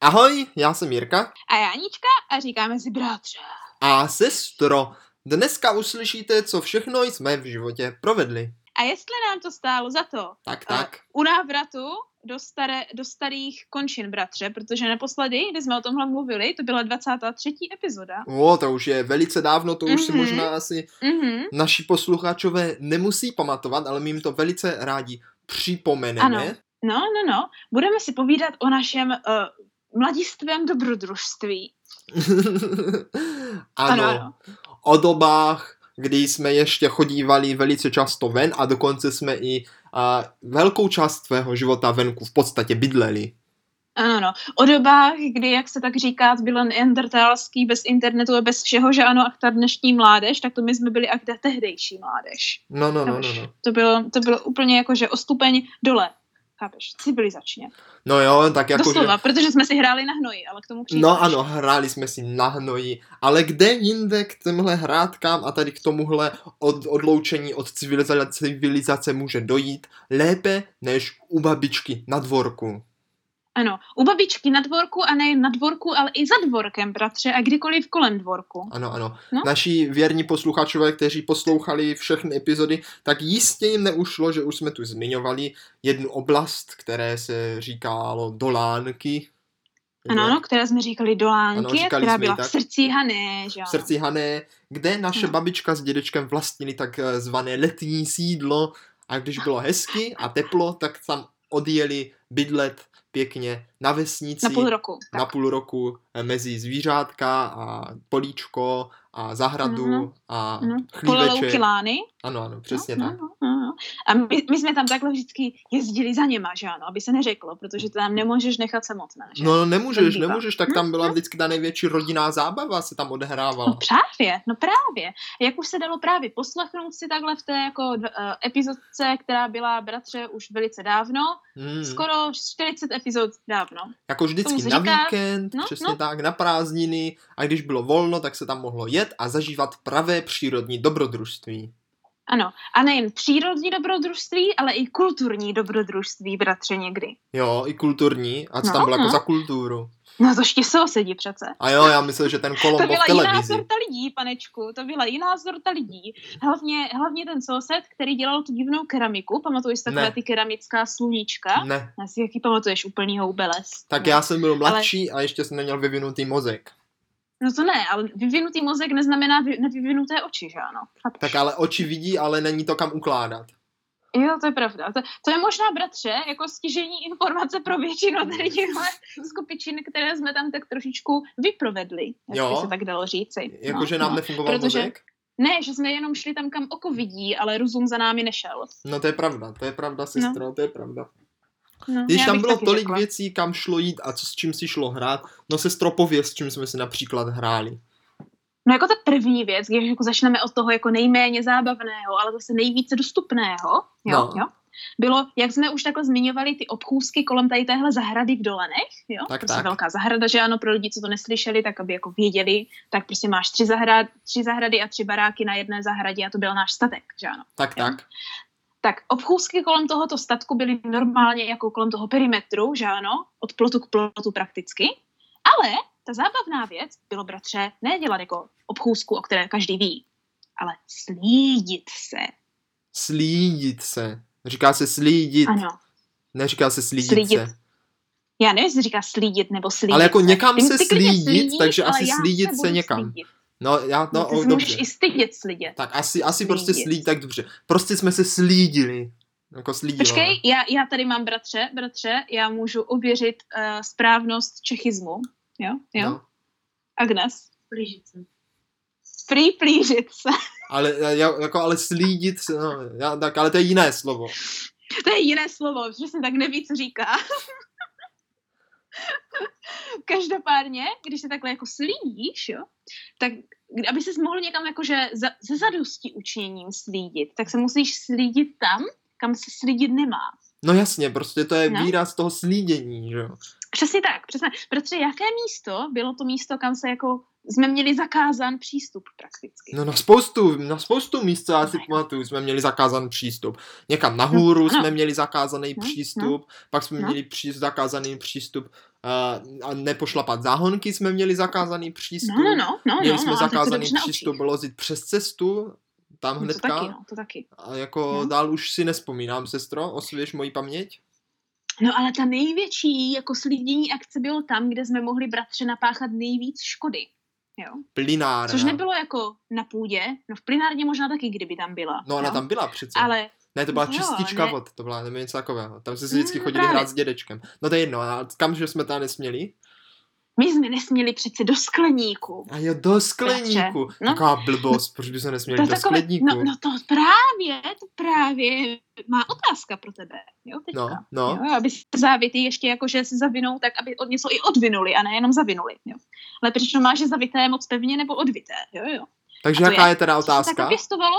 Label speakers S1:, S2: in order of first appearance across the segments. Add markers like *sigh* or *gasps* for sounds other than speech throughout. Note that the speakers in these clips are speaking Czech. S1: Ahoj, já jsem Jirka
S2: a Janíčka a říkáme si bratře.
S1: a sestro. Dneska uslyšíte, co všechno jsme v životě provedli.
S2: A jestli nám to stálo za to,
S1: Tak, tak.
S2: u návratu do, staré, do starých končin, bratře, protože naposledy, kdy jsme o tomhle mluvili, to byla 23. epizoda.
S1: O, to už je velice dávno, to už si
S2: Mhm.
S1: možná asi
S2: Mhm.
S1: naši posluchačové nemusí pamatovat, ale my jim to velice rádi připomeneme.
S2: Ano. No, no, no. Budeme si povídat o našem uh, mladistvém dobrodružství.
S1: *laughs* ano. O dobách, kdy jsme ještě chodívali velice často ven a dokonce jsme i a, velkou část svého života venku v podstatě bydleli.
S2: Ano, no. O dobách, kdy, jak se tak říká, bylo neandertalský bez internetu a bez všeho, že ano, ach ta dnešní mládež, tak to my jsme byli ach ta tehdejší mládež.
S1: No, no, no, no,
S2: Chápeš?
S1: no.
S2: To bylo, to bylo úplně jako, že o stupeň dole. Chápeš? Civilizačně.
S1: No jo, tak jako... že-
S2: Doslova, protože jsme si hráli na hnoji, ale k tomu přijde.
S1: No ano, hráli jsme si na hnoji, ale kde jinde k těmhle hrádkám a tady k tomuhle od, odloučení od civilizace, civilizace může dojít lépe než u babičky na dvorku.
S2: Ano, u babičky na dvorku a nejen na dvorku, ale i za dvorkem, bratře, a kdykoliv kolem dvorku.
S1: Ano, ano. No?
S2: No.
S1: Naši věrní posluchačové, kteří poslouchali všechny epizody, tak jistě jim neušlo, že už jsme tu zmiňovali jednu oblast, které se říkalo Dolánky.
S2: Ano, ano, které jsme říkali
S1: Ano,
S2: dolánky,
S1: říkali
S2: která
S1: jsme ji
S2: byla
S1: tak.
S2: v srdci Hané,
S1: v
S2: že ano.
S1: srdci Hané, kde naše
S2: Ano.
S1: babička s dědečkem vlastnili tak eh, zvané letní sídlo a když bylo hezky a teplo, tak tam odjeli bydlet pěkně na vesnici
S2: Na půl roku.
S1: na půl roku eh, mezi zvířátka a políčko a zahradu
S2: Mhm.
S1: a
S2: No,
S1: chlíveček.
S2: pololouky lány.
S1: Ano, ano, přesně
S2: no,
S1: tak.
S2: No, no, no. A my, my, jsme tam takhle vždycky jezdili za něma, že ano, aby se neřeklo, protože to tam nemůžeš nechat samotná, že?
S1: No nemůžeš,
S2: bývá.
S1: nemůžeš, tak
S2: Mhm,
S1: tam byla vždycky ta největší rodinná zábava se tam
S2: No
S1: odehrávala.
S2: právě, no právě. Jak už se dalo právě poslechnout si takhle v té jako uh, epizodce, která byla, bratře, už velice dávno,
S1: Hmm.
S2: skoro 40 epizod dávno.
S1: Jako vždycky
S2: Tomu
S1: na
S2: se říká-
S1: víkend, no,
S2: no,
S1: přesně no.
S2: no.
S1: tak, na prázdniny a když bylo volno, tak se tam mohlo jet a zažívat pravé přírodní dobrodružství.
S2: Ano, a nejen přírodní dobrodružství, ale i kulturní dobrodružství, bratře, někdy.
S1: Jo, i kulturní. A co no,
S2: No,
S1: tam bylo jako
S2: no.
S1: za kulturu?
S2: No to ještě sousedí přece.
S1: A jo, já myslel, že ten
S2: To
S1: Kolombo
S2: byla
S1: No, v
S2: jiná
S1: televizi.
S2: sorta lidí, panečku, to byla jiná sorta lidí. Hlavně, hlavně ten soused, který dělal tu divnou keramiku, pamatuješ si
S1: Ne.
S2: takové ty keramická sluníčka?
S1: Ne,
S2: Ne. Asi jaký pamatuješ úplný houbeles.
S1: tak
S2: Ne.
S1: já jsem byl mladší a ještě jsem neměl vyvinutý mozek.
S2: No to ne, ale vyvinutý mozek neznamená vy, nevyvinuté oči, že ano? Chápeš?
S1: Tak ale oči vidí, ale není to kam ukládat.
S2: Jo, to je pravda. To, to je možná, bratře, jako stěžení informace
S1: *laughs*
S2: pro většinu tady těchto skupicin, které jsme tam tak trošičku vyprovedli, jak
S1: Jo.
S2: by se tak dalo říci.
S1: Jakože nám nefungoval
S2: No, protože-
S1: mozek?
S2: Ne, že jsme jenom šli tam, kam oko vidí, ale rozum za námi nešel.
S1: No to je pravda, to je pravda, sestra, to je pravda.
S2: No,
S1: Když
S2: já
S1: tam
S2: bych
S1: bylo
S2: taky
S1: tolik
S2: řekla.
S1: věcí, kam šlo jít a co s čím si šlo hrát, no sestro, pověz, s čím jsme si například hráli.
S2: No jako ta první věc, když jako začneme od toho jako nejméně zábavného, ale zase nejvíce dostupného, jo,
S1: No.
S2: no. jo, bylo, jak jsme už takhle zmiňovali, ty obchůzky kolem tady téhle zahrady v Dolenech, jo,
S1: Tak,
S2: prostě
S1: tak.
S2: velká zahrada, že ano, pro lidi, co to neslyšeli, tak aby jako věděli, tak prostě máš tři, zahrad, tři zahrady a tři baráky na jedné zahradě a to byl náš statek, že ano.
S1: Tak,
S2: Jo.
S1: tak.
S2: Tak obchůzky kolem tohoto statku byly normálně jako kolem toho perimetru, že ano, od plotu k plotu prakticky. Ale ta zábavná věc bylo, bratře, ne dělat jako obchůzku, o které každý ví, ale slídit se.
S1: Slídit se. Říká se slídit,
S2: Ano.
S1: neříká se slídit,
S2: Slídit.
S1: se.
S2: Já nevím, jestli říká slídit nebo slídit.
S1: Ale jako
S2: se.
S1: někam
S2: Ty-
S1: se
S2: ty klidně
S1: slídit, takže
S2: ale
S1: asi
S2: já
S1: slídit se
S2: nebudu
S1: někam.
S2: slídit.
S1: No, já,
S2: No,
S1: no,
S2: ty
S1: o,
S2: se můžeš
S1: dobře.
S2: i stydět slídit.
S1: Tak asi, asi prostě
S2: Slídit.
S1: slídit, tak dobře. Prostě jsme se slídili. Jako slídili.
S2: Počkej, já, já tady mám bratře, bratře, já můžu ověřit uh, správnost čechismu. Jo, jo.
S1: No.
S2: Agnes. Prý plížit se. *laughs*
S1: Ale, eh, já, jako, ale slídit, se, no, já, tak, ale to je jiné slovo.
S2: To je jiné slovo, že jsem tak neví, co říká. *laughs* Každopádně, když se takhle jako slídíš, jo, tak aby ses mohl někam jakože za, ze zadosti učiněním slídit, tak se musíš slídit tam, kam se slídit nemá.
S1: No jasně, prostě to je
S2: No.
S1: výraz toho slídění, že jo.
S2: Přesně tak, přesně. Protože jaké místo bylo to místo, kam se jako jsme měli zakázán přístup prakticky.
S1: No na spoustu, na spoustu míst, co já si
S2: No, jo.
S1: pamatuju, jsme měli zakázan přístup. Někam nahoru
S2: Hm, ano.
S1: jsme měli zakázaný
S2: No,
S1: přístup, pak jsme
S2: no.
S1: měli při, zakázaný přístup eh, a nepošlapat záhonky jsme měli zakázaný přístup.
S2: No, no, no, no,
S1: měli
S2: no,
S1: jsme
S2: no, ale tak to
S1: zakázaný
S2: jdeš na
S1: přístup
S2: očích.
S1: lozit přes cestu, tam
S2: No, to
S1: hnedka.
S2: taky, no, to taky.
S1: A jako
S2: No.
S1: dál už si nespomínám, sestro, osvěž moji paměť.
S2: No ale ta největší jako slidění akce bylo tam, kde jsme mohli bratře napáchat nejvíc škody. Jo?
S1: Plinárna.
S2: Což nebylo jako na půdě, no v plinárně možná taky, kdyby tam byla.
S1: No ona
S2: jo?
S1: tam byla přece.
S2: Ale
S1: Ne, to byla
S2: Jo,
S1: čistička
S2: ne.
S1: vod, to byla nebo něco takového. Tam jsme si vždycky
S2: Mm,
S1: chodili
S2: právě.
S1: hrát s dědečkem. No to je jedno, a kam že jsme tam nesměli?
S2: my jsme nesměli přece do skleníku.
S1: A jo, do skleníku.
S2: no.
S1: Taková blbost, proč bychom nesměli
S2: To
S1: do
S2: takové,
S1: skleníku?
S2: no, no to právě, to právě má otázka pro tebe, jo, teďka.
S1: no, no.
S2: Jo, aby se závity ještě jako, že se zavinou, tak aby od něco i odvinuli a nejenom zavinuli. Jo. Ale přičem máš, že zavité je moc pevně nebo odvité. Jo, jo.
S1: Takže
S2: A to
S1: jaká je,
S2: je-
S1: teda
S2: Co se
S1: otázka?
S2: takhle pěstovalo?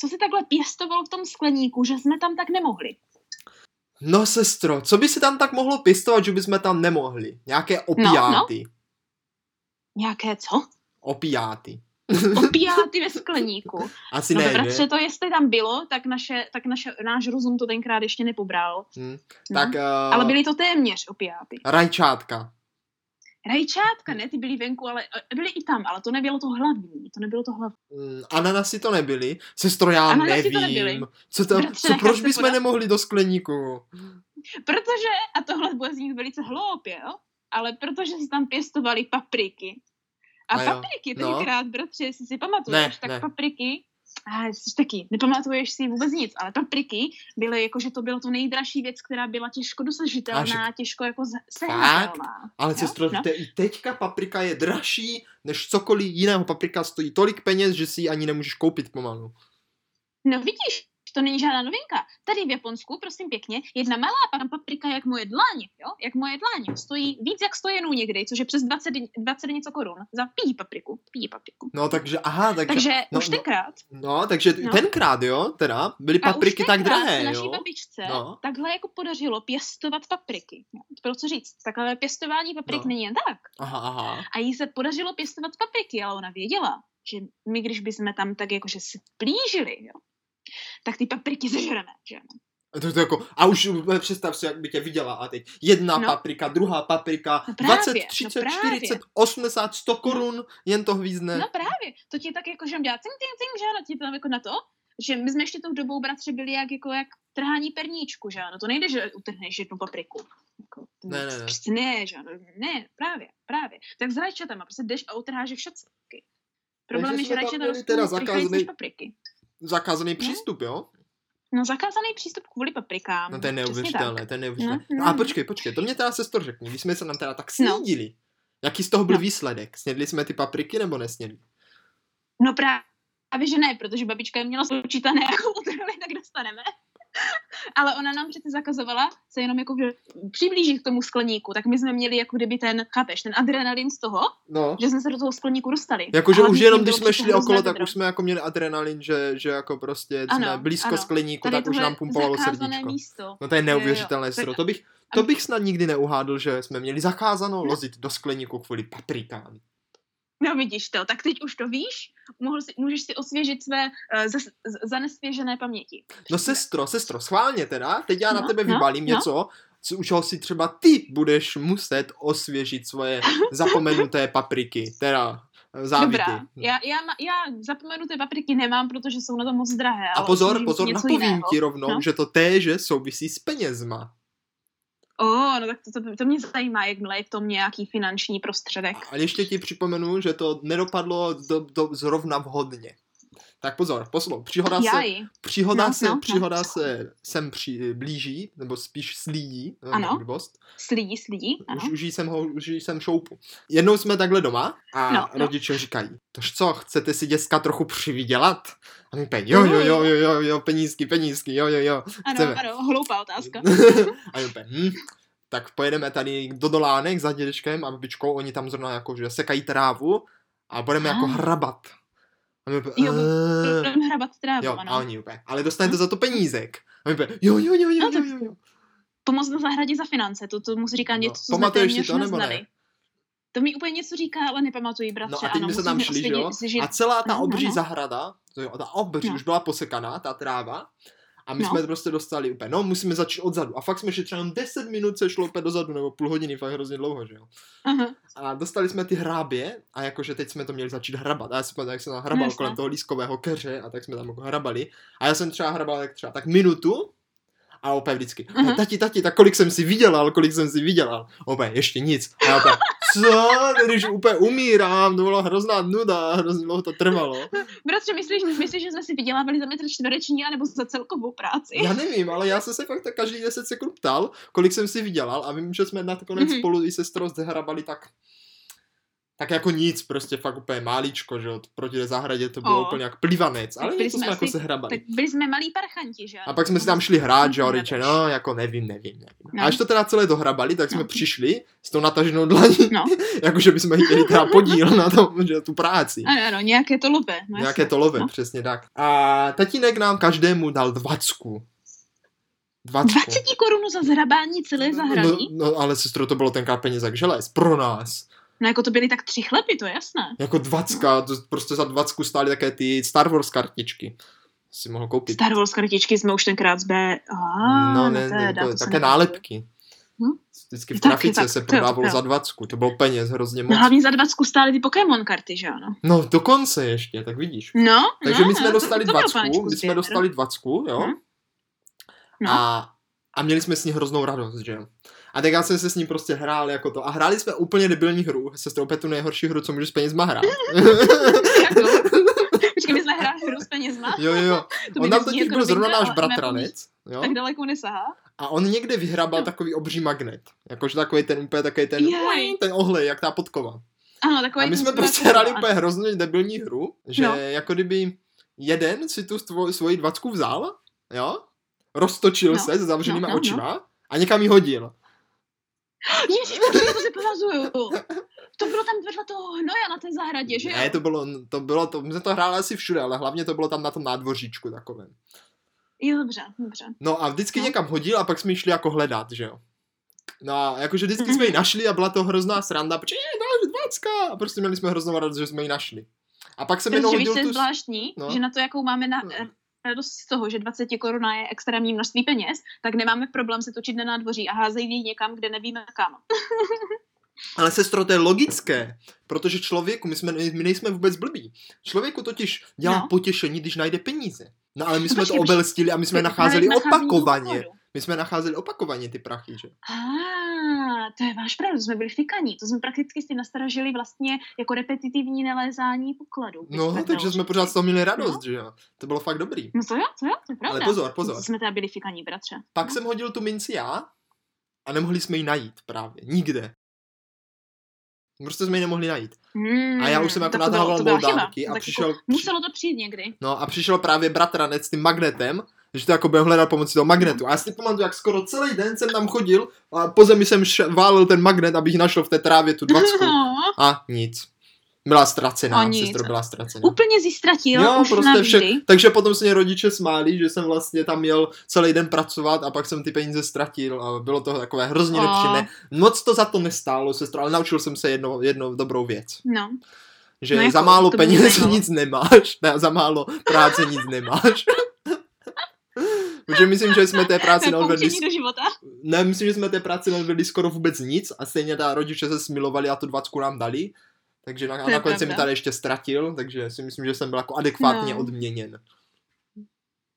S2: Co se takhle pěstovalo v tom skleníku, že jsme tam tak nemohli?
S1: No sestro, co by se tam tak mohlo pěstovat, že bychom tam nemohli? Nějaké opiáty. No, no. *laughs*
S2: Nějaké co?
S1: Opiáty.
S2: Opiáty ve skleníku.
S1: Asi
S2: no
S1: ne, ne?
S2: bratře, to jestli tam bylo, tak, naše, tak naše, náš rozum to tenkrát ještě nepobral.
S1: Hm,
S2: No.
S1: Tak, uh,
S2: Ale byly to téměř opiáty.
S1: rajčátka.
S2: Rajčátka, ne, ty byly venku, ale eh, byly i tam, ale to nebylo to hlavní. To nebylo to hlavní.
S1: Mm, Ananasy to nebyly. Sestro, já
S2: Ananasy to nebyly.
S1: nevím. Co to,
S2: Bratře,
S1: co,
S2: necháš
S1: proč
S2: se
S1: bychom
S2: podat?
S1: nemohli do skleníku?
S2: Protože, a tohle bude znít velice hloupě, jo? ale protože se tam pěstovaly papriky. A,
S1: A jo,
S2: papriky
S1: no.
S2: tenkrát, bratře, jestli si pamatuješ,
S1: Ne,
S2: tak
S1: ne.
S2: papriky, a jsi taky, nepamatuješ si vůbec nic, ale papriky byly jako, že to bylo to nejdražší věc, která byla těžko dosažitelná, těžko jako z- sehnatelná.
S1: Ale
S2: Jo,
S1: sestro,
S2: no.
S1: te, i teďka paprika je dražší než cokoliv jiného. Paprika stojí tolik peněz, že si ji ani nemůžeš koupit pomalu.
S2: No vidíš, to není žádná novinka. Tady v Japonsku, prosím pěkně, jedna malá pan paprika, jak moje dlaň, jo? Jak moje dlaň, stojí víc jak 100 jenů někdy, což je přes 20, 20 něco korun za pí papriku, pí papriku.
S1: No takže, aha, takže,
S2: Takže
S1: no,
S2: už
S1: no.
S2: tenkrát
S1: no, takže
S2: No.
S1: tenkrát, jo, teda, byly
S2: a
S1: papriky
S2: už
S1: tak
S2: tenkrát
S1: drahé,
S2: se naší
S1: jo.
S2: babičce
S1: No.
S2: no. takhle jako podařilo pěstovat papriky. No, To bylo co říct, takhle pěstování paprik
S1: No.
S2: no. není jen tak.
S1: Aha, aha.
S2: A jí se podařilo pěstovat papriky, ale ona věděla, že my, když bychom tam tak jakože se blížili, jo, tak ty papriky *laughs* zežereme, že ano.
S1: A To, to jako, a už úplně představ si, jak by tě viděla a teď jedna no.
S2: No.
S1: paprika, druhá paprika,
S2: No právě,
S1: 20,
S2: no
S1: 30,
S2: právě.
S1: 40, 80, 100 korun, jen to hvízne.
S2: No právě, to ti tak jako, že dělá cing, cing, cing, že ano, ti tam jako na to, že my jsme ještě tou dobou bratře byli jak, jako, jak trhání perníčku, že ano, to nejde, že utrhneš jednu papriku. Jako, to
S1: Ne, ne, ne.
S2: Prostě ne, že ano, ne, právě, právě. Tak s rajčatama, prostě jdeš a utrháš je všechny. Problém
S1: Takže
S2: je, že
S1: jsme tam
S2: rajčata
S1: měli
S2: rostou
S1: teda
S2: rychleji než
S1: zakázaný-
S2: papriky.
S1: Zakázaný
S2: No.
S1: přístup, jo?
S2: No zakázaný přístup kvůli paprikám.
S1: No to je
S2: přesně tak.
S1: neuvěřitelné, to je neuvěřitelné.
S2: No,
S1: No, a
S2: no.
S1: počkej, počkej, to mě teda sestor řekni, když jsme se nám teda tak snídili. Jaký z toho byl
S2: No.
S1: výsledek? Snědli jsme ty papriky nebo nesnědli?
S2: No právě, že ne, protože babička je měla spočítané, *laughs* jakou utrhli, tak dostaneme. *laughs* Ale ona nám přece zakazovala se jenom jako že přiblížit k tomu skleníku, tak my jsme měli jako kdyby ten, chápeš, ten adrenalin z toho,
S1: No.
S2: že jsme se do toho skleníku dostali.
S1: Jakože
S2: Ale
S1: už
S2: tím
S1: jenom
S2: bylo
S1: když jsme
S2: přece
S1: šli
S2: hrozné
S1: okolo, tak
S2: vedro.
S1: už jsme jako měli adrenalin, že, že jako prostě
S2: Ano,
S1: jsme blízko
S2: ano.
S1: skleníku,
S2: Tady
S1: tak už
S2: tohle
S1: nám pumpovalo
S2: zakázané
S1: srdíčko.
S2: místo.
S1: No to je
S2: jo.
S1: neuvěřitelné,
S2: Tak-
S1: sestro. To bych, to bych snad nikdy neuhádl, že jsme měli zakázanou lozit do skleníku kvůli paprikám.
S2: No vidíš to, tak teď už to víš, mohl si, můžeš si osvěžit své uh, zas, z- zanesvěžené paměti.
S1: No sestro, sestro, schválně teda, teď já na
S2: No,
S1: tebe
S2: no,
S1: vybalím
S2: no.
S1: něco, co, u čeho si třeba ty budeš muset osvěžit
S2: *laughs*
S1: svoje zapomenuté papriky, teda eh, závity.
S2: Dobrá, já, já, ma- já zapomenuté papriky nemám, protože jsou na to moc drahé.
S1: A
S2: ale
S1: pozor,
S2: osvěžím si
S1: pozor,
S2: něco
S1: napovím
S2: jiného.
S1: ti rovnou,
S2: No.
S1: že to téže souvisí s penězma.
S2: O, no tak to, to, to mě zajímá, jakmile je v tom nějaký finanční prostředek.
S1: A ještě ti připomenu, že to nedopadlo do, do, zrovna vhodně. Tak pozor, poslou, příhoda se,
S2: Jaj,
S1: příhoda
S2: No,
S1: se,
S2: no, no.
S1: příhoda se sem při, blíží, nebo spíš slídí, eh,
S2: Ano.
S1: blbost.
S2: slidí, slidí, ano.
S1: Už, už jí jsem ho, už jí jsem šoupu. Jednou jsme takhle doma a no,
S2: No, no.
S1: rodiče říkají, tož co, chcete si děcka trochu přivydělat? A my pej, jo, jo, jo, jo, jo, jo, penízky, penízky, jo, jo, jo.
S2: Ano,
S1: chceme.
S2: ano, hloupá
S1: *laughs*
S2: otázka.
S1: a my pej, hm, tak pojedeme tady do Dolánek za dědečkem a babičkou, oni tam zrovna jako, že sekají trávu a budeme jako
S2: Ah.
S1: hrabat. A my pej,
S2: Jo,
S1: "Eh."
S2: Budeme hrabat no. trávu,
S1: jo,
S2: ano.
S1: a oni úplně, ale dostanete za to penízek. A my pej, jo, jo, jo, jo,
S2: No,
S1: jo,
S2: tak-
S1: jo, jo.
S2: Pomoc na zahradě za finance, to, to mu říká
S1: No,
S2: něco, co jsme
S1: pamatuješ si
S2: téměř
S1: to, nebo ne?
S2: neznali. To mi úplně něco říká, ale nepamatuji, bratře.
S1: No a teď
S2: ano,
S1: my se tam
S2: musíme
S1: šli, že jo?
S2: *laughs* osvědčit- si žít-
S1: A celá ta
S2: No, no,
S1: obří
S2: no.
S1: zahrada, to jo, ta obří
S2: No.
S1: už byla posekaná, ta tráva, A my no.
S2: No.
S1: jsme prostě dostali úplně, no musíme začít odzadu. A fakt jsme šli třeba jenom 10 minut se šlo úplně dozadu, nebo půl hodiny, fakt hrozně dlouho, že jo.
S2: Aha.
S1: A dostali jsme ty hrábě a jakože teď jsme to měli začít hrabat. A já si pamatuju, jak jsem tam hrabal
S2: Jasně.
S1: kolem toho lískového keře a tak jsme tam jako hrabali. A já jsem třeba hrabal tak třeba tak minutu a opět vždycky,
S2: Mhm.
S1: uh-huh. tati, tati, tak kolik jsem si vydělal, kolik jsem si vydělal. Opět, ještě nic. A já opět, co, když úplně umírám, to bylo hrozná nuda, hrozně dlouho to trvalo.
S2: Bratře, myslíš, myslíš, že jsme si vydělávali za metr čtvereční anebo za celkovou práci?
S1: Já nevím, ale já jsem se fakt tak každý 10 sekund ptal, kolik jsem si vydělal a vím, že jsme nakonec
S2: Mhm.
S1: mm-hmm. spolu i sestrou zhrabali tak tak jako nic, prostě fakt úplně máličko, že jo, proti té zahradě to bylo
S2: O.
S1: úplně jak plivanec, ale něco
S2: Tak byli
S1: jsme
S2: jsme
S1: jako
S2: asi-
S1: sehrabali.
S2: Tak byli jsme malí parchanti, že ano?
S1: A pak jsme si tam šli hrát, že jo,
S2: Mhm,
S1: Riče,
S2: nevíš.
S1: no, jako nevím, nevím, nevím.
S2: No.
S1: A až to teda celé dohrabali, tak jsme
S2: No.
S1: přišli s tou nataženou dlaní, *laughs*
S2: No.
S1: jakože bychom chtěli teda podíl na tom, že tu práci.
S2: Ano, ano, nějaké to lobe. No,
S1: Nějaké
S2: jasně.
S1: to love,
S2: No.
S1: přesně tak. A tatínek nám každému dal dvacku. Dvacku.
S2: 20 korun za zhrabání celé zahrady?
S1: No, no, ale sestro, to bylo tenkrát peněz jak želez. Pro nás.
S2: No jako to byly tak tři chleby, to je jasné.
S1: Jako dvacka, to prostě za dvacku stály také ty Star Wars kartičky. Si mohl koupit.
S2: Star Wars kartičky jsme už tenkrát z B. Ah,
S1: no, ne,
S2: to
S1: ne,
S2: je-
S1: jako,
S2: to se
S1: také
S2: nepamatuju.
S1: nálepky.
S2: Hm?
S1: Vždycky v
S2: Taky,
S1: trafice
S2: tak,
S1: se
S2: to jo,
S1: prodávalo
S2: jo.
S1: za dvacku, to bylo peněz hrozně
S2: No
S1: moc.
S2: hlavně za 20 stály ty Pokémon karty, že ano?
S1: No, dokonce ještě, tak vidíš.
S2: No,
S1: Takže
S2: no,
S1: my jsme
S2: no,
S1: dostali
S2: to, to bylo,
S1: dvacku,
S2: panečku,
S1: my jsme
S2: sběr. *laughs*
S1: dostali dvacku, jo.
S2: Hm. No.
S1: A, a měli jsme s ní hroznou radost, že jo. A tak já jsem se s ním prostě hrál jako to. A hráli jsme úplně debilní hru, se s opět tu nejhorší hru, co můžu s penězma
S2: *laughs*
S1: hrát. *laughs*
S2: Jakou? Počkej, my jsme hráli hru s penězma.
S1: jo, jo, jo.
S2: To mi
S1: On tam
S2: nezní
S1: totiž
S2: jako
S1: byl zrovna
S2: novinka,
S1: náš
S2: ale
S1: bratranec, no. jo.
S2: Tak daleko nesahá.
S1: A on někde vyhrabal
S2: No.
S1: takový obří magnet. Jakože takový ten úplně takový ten,
S2: Jaj.
S1: ten ohlej, jak ta podkova.
S2: Ano, takový
S1: A my
S2: ten
S1: jsme
S2: zbrat-
S1: prostě hráli
S2: ano.
S1: úplně hrozně debilní hru, že no.
S2: No.
S1: jako kdyby jeden si tu stvo, svoji dvacku vzal, jo, roztočil no.
S2: No,
S1: se se zavřenýma no,
S2: no,
S1: no,
S2: no,
S1: očima no. a někam ji hodil.
S2: Ježiš, počkej, to si pamatuju. To bylo tam vedle toho hnoja na té zahradě, že jo?
S1: ne, to bylo, to bylo, to, my jsme to hráli asi všude, ale hlavně to bylo tam na tom nádvoříčku takovém.
S2: Jo, dobře, dobře.
S1: No a vždycky no.
S2: No.
S1: někam hodil a pak jsme ji šli jako hledat, že jo. No a jakože vždycky jsme ji našli a byla to hrozná sranda, protože je, dáš dvacka a prostě měli jsme hroznou radost, že jsme ji našli. A pak jsem jenom
S2: Protože víš,
S1: hodil
S2: co je
S1: tu...
S2: zvláštní,
S1: no.
S2: že na to, jakou máme na,
S1: No.
S2: radost z toho, že 20 koruna je extrémní množství peněz, tak nemáme problém se točit na nádvoří a házejt ji někam, kde nevíme kam.
S1: Ale sestro, to je logické, protože člověku, my, jsme, my nejsme vůbec blbí. Člověku totiž dělá no.
S2: No.
S1: potěšení, když najde peníze. No ale my jsme to
S2: počkej, počkej.
S1: obelstili a my jsme
S2: Tak
S1: nacházeli
S2: právě nacházení
S1: opakovaně.
S2: důvodu.
S1: My jsme nacházeli opakovaně ty prachy, že?
S2: A to je váš pravdu, jsme byli fikaní. To jsme prakticky si nastaražili vlastně jako repetitivní nalézání pokladu.
S1: No,
S2: bychom
S1: takže jsme
S2: řekli.
S1: pořád z toho měli radost, že jo? To bylo fakt dobrý.
S2: No to jo, to jo, to je No. pravda. no.
S1: Ale pozor, pozor.
S2: Jsme teda byli fikaní, bratře.
S1: Pak jsem hodil tu minci já a nemohli jsme ji najít právě. Nikde. Prostě jsme ji nemohli najít.
S2: Hmm,
S1: A já už jsem jako
S2: tak to bylo-
S1: nadával
S2: to byla chyba.
S1: moldávky a
S2: Tak
S1: přišel...
S2: Jako, muselo to přijít někdy.
S1: No a přišel právě bratranec s tím magnetem, že to jako bude hledat pomocí toho magnetu. A já si pamatuju, jak skoro celý den jsem tam chodil a po zemi jsem š- válil ten magnet, abych našel v té trávě tu
S2: *laughs*
S1: dvacku.
S2: No,
S1: A nic. Byla ztracená,
S2: A nic.
S1: sestro byla ztracená.
S2: úplně zistratil,
S1: Jo,
S2: už
S1: prostě
S2: navždy.
S1: vše, takže potom se mě rodiče smáli, že jsem vlastně tam jel celý den pracovat a pak jsem ty peníze ztratil a bylo to takové hrozně
S2: A.
S1: nepříjemné. Moc to za to nestálo, sestro, ale naučil jsem se jedno, jedno dobrou věc
S2: No,
S1: že no jako,
S2: No jako,
S1: za málo
S2: to by mě
S1: peněz
S2: zajímalo.
S1: nic nemáš, ne, za málo práce nic nemáš. *laughs* Protože myslím, že jsme té práci
S2: to je
S1: neodvedli,
S2: poučení do života.
S1: ne, myslím, že jsme té práci neodvedli skoro vůbec nic a stejně ta rodiče se smilovali a tu dvacku nám dali. Takže na,
S2: To je
S1: nakonec jsem mi
S2: pravda.
S1: tady ještě ztratil, takže si myslím, že jsem byl jako adekvátně no.
S2: No.
S1: odměněn.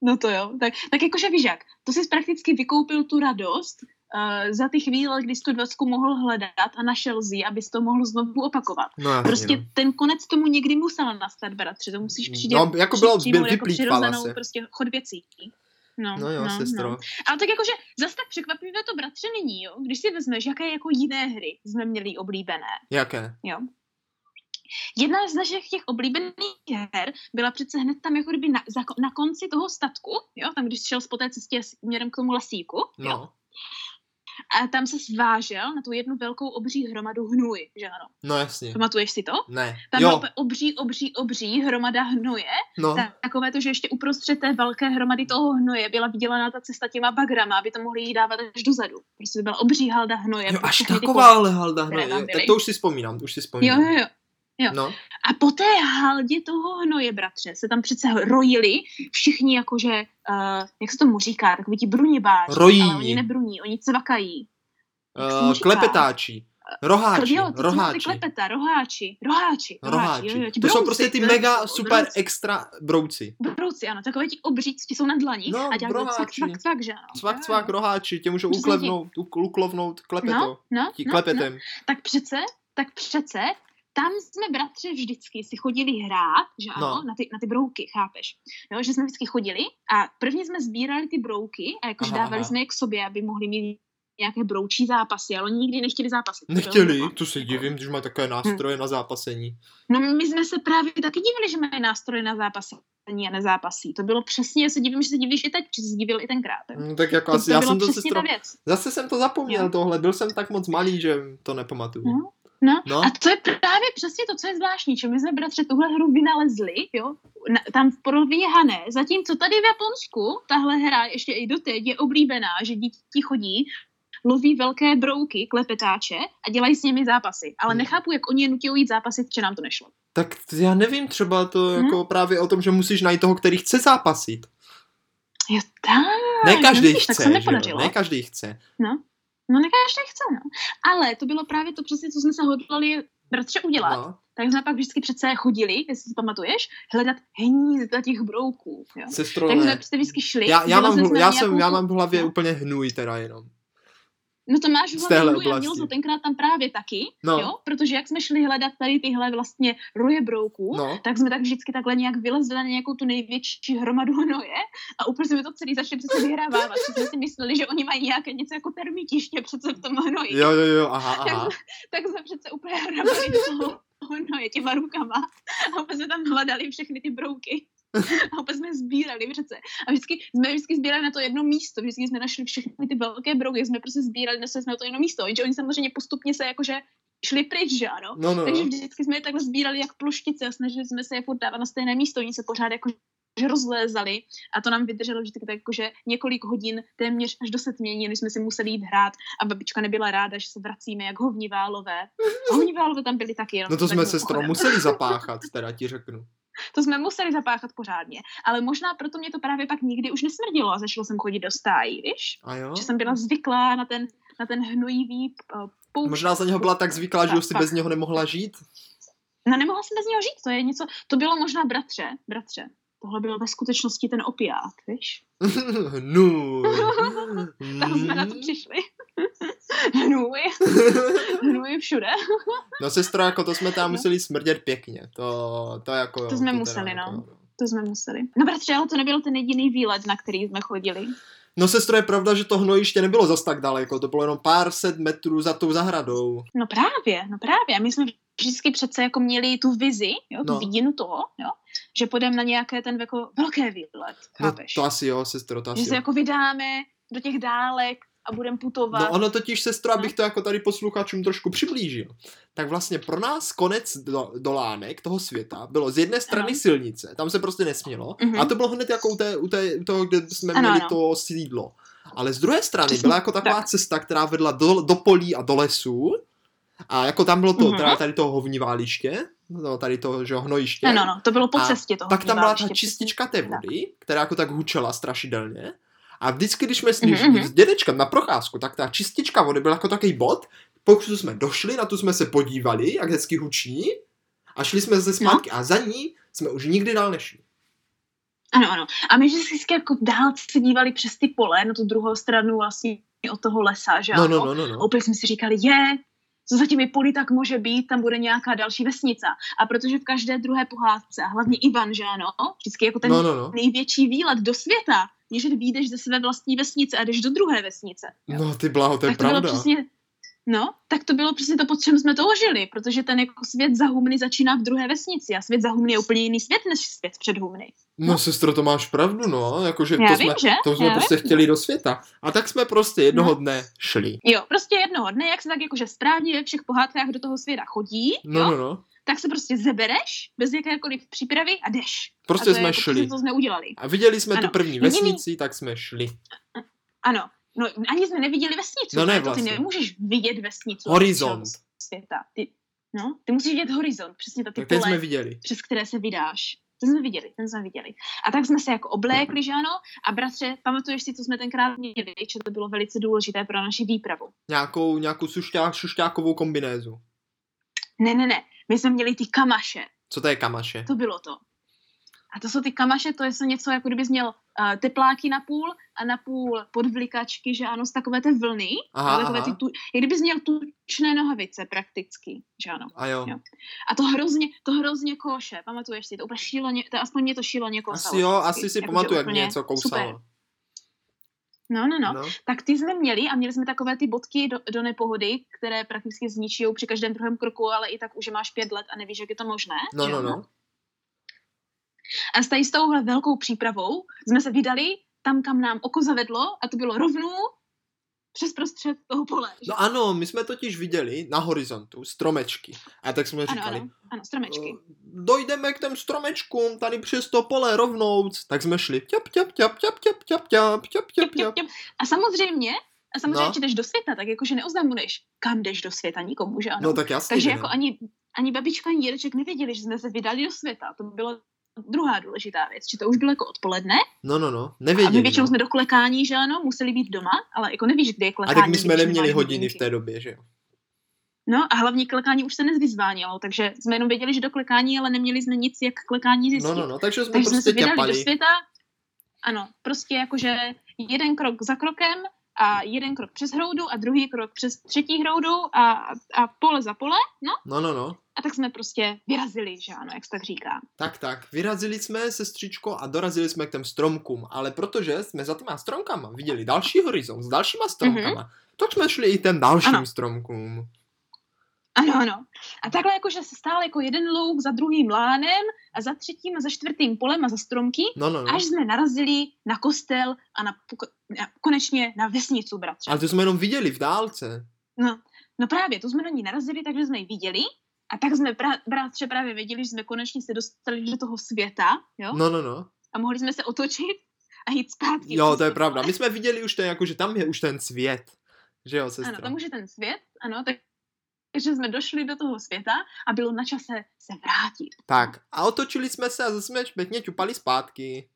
S2: No to jo, tak, tak jakože víš jak, to jsi prakticky vykoupil tu radost uh, za ty chvíle, kdy jsi tu dvacku mohl hledat a našel jsi, abys to mohl znovu opakovat.
S1: No jasně,
S2: Prostě ten konec tomu někdy musel nastat, bratře, to musíš přijít
S1: No, jako bylo- byl-
S2: jako
S1: vyplýtvala
S2: přirozenou
S1: se.
S2: prostě chod věcí. No,
S1: no jo, no, sestro. No.
S2: Ale tak jakože zas tak překvapivé to bratře není, jo? Když si vezmeš, jaké jako jiné hry jsme měli oblíbené.
S1: Jaké?
S2: Jedna z našich těch oblíbených her byla přece hned tam jako kdyby na, za, na konci toho statku, jo, tam když šel po té cestě směrem k tomu lesíku,
S1: No.
S2: jo, a tam se svážel na tu jednu velkou obří hromadu hnůj, že ano.
S1: No jasně.
S2: Pamatuješ si to?
S1: Ne.
S2: Tam
S1: jo,
S2: byla úplně obří, obří, obří hromada hnoje,
S1: no.
S2: tak, takové to, že ještě uprostřed té velké hromady toho hnoje byla vydělaná ta cesta těma bagrama, aby to mohli jí dávat až dozadu. Prostě to byla obří halda prostě hnoje.
S1: Jo,
S2: pro
S1: až
S2: *laughs* všechny ty
S1: taková ale halda, no,
S2: které tam
S1: jo, tak
S2: byly.
S1: to už si vzpomínám, už si
S2: Jo,
S1: vzpomínám.
S2: jo, jo. *laughs* Jo.
S1: No,
S2: A po té haldě toho hnoje, bratře, se tam přece rojili všichni jakože, uh, jak se tomu říká, takový ti bruněbáři.
S1: Rojíni.
S2: Ale oni nebruní, oni cvakají. Jak se mu
S1: uh,
S2: říká?
S1: klepetáči, roháči,
S2: jo, ty, roháči. Ty
S1: roháči,
S2: klepeta, roháči, roháči, roháči.
S1: roháči.
S2: jo, jo, ti
S1: To jsou
S2: brouci,
S1: prostě ty
S2: jo,
S1: mega
S2: jo,
S1: super
S2: brouci.
S1: extra brouci.
S2: Brouci, ano, takové ti obříc, ti jsou na dlaní
S1: No,
S2: a dělají to cvak,
S1: roháči.
S2: cvak, cvak, že ano. No,
S1: Cvak,
S2: Jo,
S1: cvak,
S2: jo.
S1: roháči, tě můžou
S2: Přesně ti-
S1: uklovnout, uk- uklovnout klepeto,
S2: No,
S1: ti-
S2: no,
S1: klepetem.
S2: Tak přece, tak přece, tam jsme bratře vždycky si chodili hrát, že ano,
S1: No.
S2: na, ty, na ty brouky, chápeš? Jo, že jsme vždycky chodili a prvně jsme sbírali ty brouky a jakože
S1: Aha,
S2: dávali
S1: aha.
S2: jsme je k sobě, aby mohli mít nějaké broučí zápasy, ale oni nikdy nechtěli zápasit. to bylo
S1: Nechtěli,
S2: zrovna.
S1: to se divím, když má
S2: Hm.
S1: takové nástroje na zápasení.
S2: No my jsme se právě taky divili, že mají nástroje na zápasení a nezápasí. To bylo přesně, já se divím, že se divíš i teď, že se divil i tenkrát. jo.
S1: No, tak jako
S2: To,
S1: asi,
S2: to
S1: já
S2: byla
S1: jsem to
S2: přesně
S1: sestro...
S2: ta věc.
S1: Zase jsem to zapomněl
S2: Jo.
S1: tohle, byl jsem tak moc malý, že to nepamatuju.
S2: No. No,
S1: No.
S2: no, a to je právě přesně to, co je zvláštní, že my jsme bratře tuhle hru vynalezli, jo, na, tam v porovině Hané, zatímco tady v Japonsku tahle hra ještě i doteď je oblíbená, že děti chodí, loví velké brouky, klepetáče a dělají s nimi zápasy, ale
S1: Hmm.
S2: nechápu, jak oni je nutějí jít zápasit, že nám to nešlo.
S1: Tak t- já nevím, třeba to
S2: Hm?
S1: jako právě o tom, že musíš najít toho, který chce zápasit.
S2: Jo, tak,
S1: Ne každý
S2: vidíš,
S1: chce,
S2: tak se mi
S1: že jo?
S2: podařilo.
S1: Ne každý chce.
S2: no nekaždé chce, no. Ale to bylo právě to přesně, co jsme se hodlali bratře udělat. No.
S1: No.
S2: Tak jsme pak vždycky přece chodili, jestli si pamatuješ, hledat hnízda těch brouků. Jo.
S1: Sestro,
S2: Tak jsme
S1: ne.
S2: prostě vždycky šli.
S1: Já, já,
S2: dělali
S1: mám,
S2: vlastně jsme
S1: hlu-
S2: si
S1: já,
S2: tam
S1: jsem,
S2: nějakou
S1: já
S2: tu-
S1: mám v hlavě
S2: No.
S1: úplně hnůj teda jenom.
S2: No to máš
S1: z
S2: v
S1: téhle
S2: hlavě a měl
S1: oblasti.
S2: to tenkrát tam právě taky,
S1: No.
S2: no. jo? Protože jak jsme šli hledat tady tyhle vlastně roje brouků, no.
S1: No.
S2: tak jsme tak vždycky takhle nějak vylezli na nějakou tu největší hromadu hnoje a úplně jsme to celý začali přece vyhrávávat. protože jsme si mysleli, že oni mají nějaké něco jako termítiště přece v tom hnoji.
S1: Jo, jo, jo,
S2: *laughs*
S1: aha, aha.
S2: Tak jsme přece úplně *laughs* hrabali do toho hnoje těma rukama a opět jsme tam hledali všechny ty brouky. A opět jsme je sbírali přece. A vždycky jsme vždycky sbírali na to jedno místo. Vždycky jsme našli všechny ty velké brouky, jsme prostě sbírali, nosili jsme na to jedno místo. Jenže oni samozřejmě postupně se jakože šli pryč, že ano.
S1: No, no,
S2: Takže
S1: no.
S2: vždycky jsme je takhle sbírali jak ploštice a snažili jsme se je furt dávat na stejné místo. Oni se pořád jako že rozlézali a to nám vydrželo vždycky tak jakože několik hodin, téměř až do setmění, než jsme si museli jít hrát a babička nebyla ráda, že se vracíme jak hovní válové. A hovní válové tam byli taky. jenom
S1: Mhm. No to
S2: tak
S1: jsme
S2: mimochodem.
S1: sestro
S2: *laughs*
S1: museli zapáchat, teda ti řeknu.
S2: To jsme museli zapáchat pořádně, ale možná proto mě to právě pak nikdy už nesmrdilo a začalo jsem chodit do stájí, víš?
S1: A jo?
S2: Že jsem byla zvyklá na ten, na ten hnojivý eh, poušť.
S1: Možná za něho byla tak zvyklá, že už si
S2: Tak,
S1: bez něho nemohla žít. *laughs*
S2: No nemohla jsem bez něho žít, to je něco, to bylo možná bratře, bratře. Tohle byl ve skutečnosti ten opiát, víš?
S1: Hnůj.
S2: *laughs* Tam jsme na to
S1: Mm.
S2: přišli. *laughs* Hnůj, hnůj všude.
S1: *laughs* No sestro, jako to jsme tam
S2: No.
S1: museli smrdět pěkně. To, to jako...
S2: To jsme
S1: teda
S2: museli, no.
S1: jako-
S2: To jsme museli. No bratře, ale to nebyl ten jediný výlet, na který jsme chodili.
S1: No sestro, je pravda, že to hnojiště nebylo zas tak daleko. To bylo jenom pár set metrů za tou zahradou.
S2: No právě, no právě. A my jsme vždycky přece jako měli tu vizi, jo, tu
S1: No.
S2: no. vidinu toho, jo, že půjdeme na nějaké ten jako velké výlet,
S1: No
S2: chápeš?
S1: to asi jo, sestro, to asi
S2: že se
S1: jo.
S2: jako vydáme do těch dálek a budeme putovat.
S1: No ono totiž, sestro,
S2: No.
S1: abych to jako tady posluchačům trošku přiblížil, tak vlastně pro nás konec do, dolánek toho světa bylo z jedné strany
S2: Ano.
S1: silnice, tam se prostě nesmělo,
S2: Mhm.
S1: a to bylo hned jako u, té, u, té, u toho, kde jsme
S2: Ano,
S1: měli
S2: ano.
S1: to sídlo. Ale z druhé strany
S2: Přesně
S1: byla jako taková cesta, která vedla do, do polí a do lesů, a jako tam bylo to,
S2: Mhm.
S1: teda tady to hovniváliště, no, tady to, že jo, hnojiště,
S2: No, no, no, to bylo po
S1: A
S2: cestě toho.
S1: pak tam byla ta
S2: hníváliště,
S1: čistička té
S2: Tak.
S1: vody, která jako tak hučela strašidelně. A vždycky, když jsme šli
S2: Mhm, mhm.
S1: s dědečkem na procházku, tak ta čistička vody byla jako takový bod, pokud jsme došli, na tu jsme se podívali, jak hezky hučí, a šli jsme zase
S2: No.
S1: zpátky. A za ní jsme už nikdy dál nešli.
S2: Ano, ano. A my že vždycky jako dál se dívali přes ty pole na tu druhou stranu vlastně od toho lesa, že
S1: No, no,
S2: ano?
S1: no, no,
S2: A
S1: no.
S2: opět jsme si říkali, je, co za těmi poli tak může být, tam bude nějaká další vesnice. A protože v každé druhé pohádce, a hlavně Ivan, že ano, vždycky jako ten
S1: No, no, no.
S2: největší výlet do světa, je, že vyjdeš ze své vlastní vesnice a jdeš do druhé vesnice. Jo.
S1: No, ty blaho, to je
S2: tak to bylo
S1: pravda.
S2: přesně, no, tak to bylo přesně to, po čem jsme toužili, protože ten jako svět za humny začíná v druhé vesnici a svět za humny je úplně jiný svět než svět před humny.
S1: No, sestro, to máš pravdu, no. Jakože
S2: Já
S1: to
S2: vím,
S1: jsme,
S2: že?
S1: to jsme
S2: Já
S1: prostě
S2: vím. No.
S1: chtěli do světa. A tak jsme prostě jednoho dne šli.
S2: Jo, prostě jednoho dne, jak se tak jakože správně ve všech pohádkách do toho světa chodí,
S1: No,
S2: jo,
S1: no, no.
S2: tak se prostě zebereš bez jakékoliv přípravy a jdeš.
S1: Prostě
S2: a to
S1: jsme
S2: je, jako
S1: šli.
S2: přesně To jsme udělali.
S1: A viděli jsme tu
S2: Ano.
S1: první
S2: Jediný-
S1: vesnici, tak jsme šli.
S2: Ano. No, ani jsme neviděli vesnicu.
S1: No ne,
S2: to ty
S1: vlastně.
S2: nemůžeš vidět vesnicu.
S1: Horizont.
S2: celého Světa. Ty, No, ty musíš vidět horizont, přesně to ty
S1: Tak ten
S2: pole,
S1: jsme viděli.
S2: přes které se vydáš. Ten jsme viděli, ten jsme viděli. A tak jsme se jako oblékli, že ano? A bratře, pamatuješ si, co jsme tenkrát měli, že to bylo velice důležité pro naši výpravu.
S1: Nějakou, nějakou sušťá, šušťákovou kombinézu.
S2: Ne, ne, ne, my jsme měli ty kamaše,
S1: Co to je kamaše?
S2: to bylo to. A to jsou ty kamaše, to je to něco, jako kdybys měl uh, tepláky na půl a na půl podvlikačky, že ano, z takové té vlny,
S1: Aha,
S2: no, takové
S1: aha.
S2: ty tu, jak kdybys měl tučné nohavice prakticky, že ano.
S1: A jo.
S2: Jo. A to hrozně, to hrozně koše, pamatuješ si, to úplně šíleně, to aspoň mě to šíleně kousalo.
S1: Asi jo,
S2: vždycky.
S1: asi si
S2: Jakože
S1: pamatuju, jak
S2: úplně
S1: mě něco kousalo.
S2: Super. No, no, no,
S1: No.
S2: Tak ty jsme měli a měli jsme takové ty bodky do, do nepehody, které prakticky zničí při každém druhém kroku, ale i tak už je máš pět let a nevíš, jak je to možné.
S1: No,
S2: že
S1: no,
S2: ano?
S1: no.
S2: A s tady s touhle velkou přípravou jsme se vydali tam, kam nám oko zavedlo a to bylo rovnou přes prostřed toho pole. že?
S1: No ano, my jsme totiž viděli na horizontu stromečky. A tak jsme
S2: ano,
S1: říkali,
S2: ano, ano, stromečky.
S1: "Eh, dojdeme k těm stromečkům, tady přes to pole rovnouc. Tak jsme šli. Ťap, ťap, ťap, ťap, ťap, ťap, ťap, ťap, ťap,
S2: Ťap, ťap,
S1: ťap.
S2: ťap. A samozřejmě, a samozřejmě,
S1: No.
S2: no. když jdeš do světa, tak jakože neoznamuješ, kam jdeš do světa nikomu, že ano.
S1: No tak jasně.
S2: Takže
S1: že
S2: jako
S1: ne.
S2: ani, ani babička, ani dědeček nevěděli, že jsme se vydali do světa. To byla druhá důležitá věc, že to už bylo jako odpoledne
S1: No, no, no.
S2: a my
S1: Nevěděli.
S2: většinou
S1: no.
S2: jsme do klekání, že ano, museli být doma, ale jako nevíš, kde je
S1: A
S2: klekání.
S1: tak my jsme
S2: když
S1: neměli
S2: nemáš
S1: hodiny v
S2: hodinky.
S1: té době, že jo.
S2: No a hlavně klekání už se nezvyzvánělo, takže jsme jenom věděli, že do klekání, ale neměli jsme nic, jak klekání zjistit.
S1: No, no, no. Takže jsme
S2: Takže jsme se
S1: prostě
S2: vydali do
S1: ťapali.
S2: světa, ano, prostě jakože jeden krok za krokem a jeden krok přes hroudu a druhý krok přes třetí hroudu a, a pole za pole. No
S1: No, no, no.
S2: a tak jsme prostě vyrazili, že ano, jak se tak říká.
S1: Tak, tak, vyrazili jsme, sestřičko, a dorazili jsme k těm stromkům, ale protože jsme za těma stromkama viděli další horizont s dalšíma stromkama, mm-hmm. tak jsme šli i těm dalším ano.
S2: Mhm. Ano.
S1: stromkům.
S2: Ano, ano. A takhle jakože se stál jako jeden louk za druhým lánem a za třetím a za čtvrtým polem a za stromky,
S1: No, no, no.
S2: až jsme narazili na kostel a na, puk- na konečně na vesnicu, bratře.
S1: Ale to jsme jenom viděli v dálce.
S2: No, no právě, tu jsme na ní narazili, takže jsme ji viděli. A tak jsme pra, bratře právě věděli, že jsme konečně se dostali do toho světa, jo? No.
S1: No, no, no.
S2: A mohli jsme se otočit a jít zpátky.
S1: Jo, to je
S2: Prostě.
S1: pravda. My jsme viděli už ten, jakože tam je už ten svět. Že jo,
S2: Ano,
S1: sestra?
S2: tam už je ten svět, ano, tak takže jsme došli do toho světa a bylo na čase se vrátit.
S1: Tak, a otočili jsme se a zase jsme pěkně ťupali zpátky.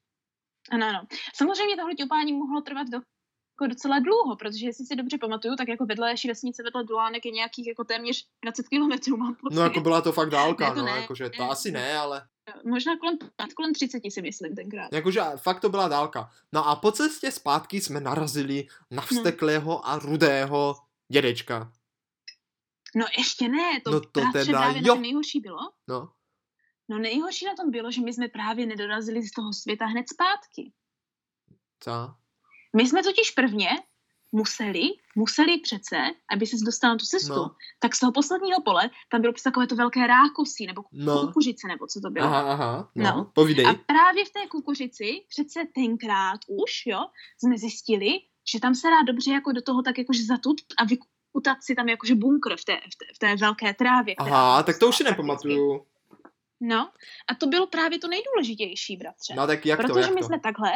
S2: Ano, ano. Samozřejmě tohle ťupání mohlo trvat do, jako docela dlouho, protože jestli si dobře pamatuju, tak jako vedle naší vesnice, vedle Dulánek je nějakých jako téměř 20 kilometrů, mám pocit.
S1: No, jako byla to fakt dálka,
S2: Ne, to
S1: no,
S2: ne.
S1: jakože to asi ne, ale...
S2: Možná kolem, kolem 30 si myslím tenkrát.
S1: Jakože a- fakt to byla dálka. No a po cestě zpátky jsme narazili
S2: Hm.
S1: na vsteklého a rudého dědečka.
S2: No ještě ne, to,
S1: No
S2: no
S1: to
S2: to bratře,
S1: teda
S2: právě
S1: jo.
S2: jo. nejhorší bylo.
S1: No,
S2: No nejhorší na tom bylo, že my jsme právě nedorazili z toho světa hned zpátky.
S1: co?
S2: My jsme totiž prvně museli, museli přece, aby se dostal na tu cestu,
S1: No.
S2: no. tak z toho posledního pole tam bylo přece takové to velké rákosí, nebo
S1: No.
S2: no. kukuřice, nebo co to bylo. Aha.
S1: Aha, aha, no, no.
S2: No.
S1: povídej.
S2: A právě v té kukuřici, přece tenkrát už, jo, jsme zjistili, že tam se dá dobře jako do toho tak jakože zatut a vykutat si tam jakože bunkr v té, v té, v té velké trávě. která
S1: Aha,
S2: tam
S1: tak to už si
S2: rostla prakticky.
S1: nepamatuju.
S2: No, a to bylo právě to nejdůležitější, bratře.
S1: No tak jak to,
S2: Protože
S1: jak
S2: my
S1: to?
S2: jsme takhle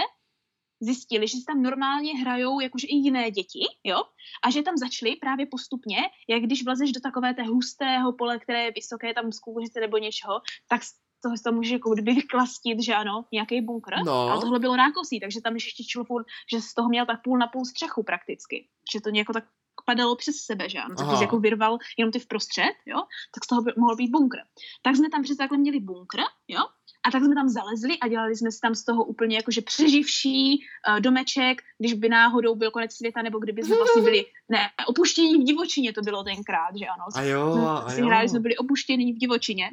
S2: zjistili, že se tam normálně hrajou jakože i jiné děti, jo? A že tam začaly právě postupně, jak když vlezeš do takové té hustého pole, které je vysoké, tam z kůřice nebo něčeho, tak z toho se tam může jako kdyby vyklastit, že ano, nějaký bunkr.
S1: No.
S2: Ale tohle bylo rákosí, takže tam ještě čulo furt, že z toho měl tak půl na půl střechu prakticky. Že to nějak tak padalo přes sebe, že ano, tak
S1: Aha.
S2: to jako vyrval jenom ty vprostřed, jo, tak z toho by, mohl být bunkr. Tak jsme tam přes takhle měli bunkr, jo, a tak jsme tam zalezli a dělali jsme si tam z toho úplně jakože přeživší uh, domeček, když by náhodou byl konec světa, nebo kdyby jsme vlastně byli, ne, opuštění v divočině to bylo tenkrát, že ano.
S1: A jo, a
S2: si
S1: jo.
S2: hráli, jsme byli opuštění v divočině.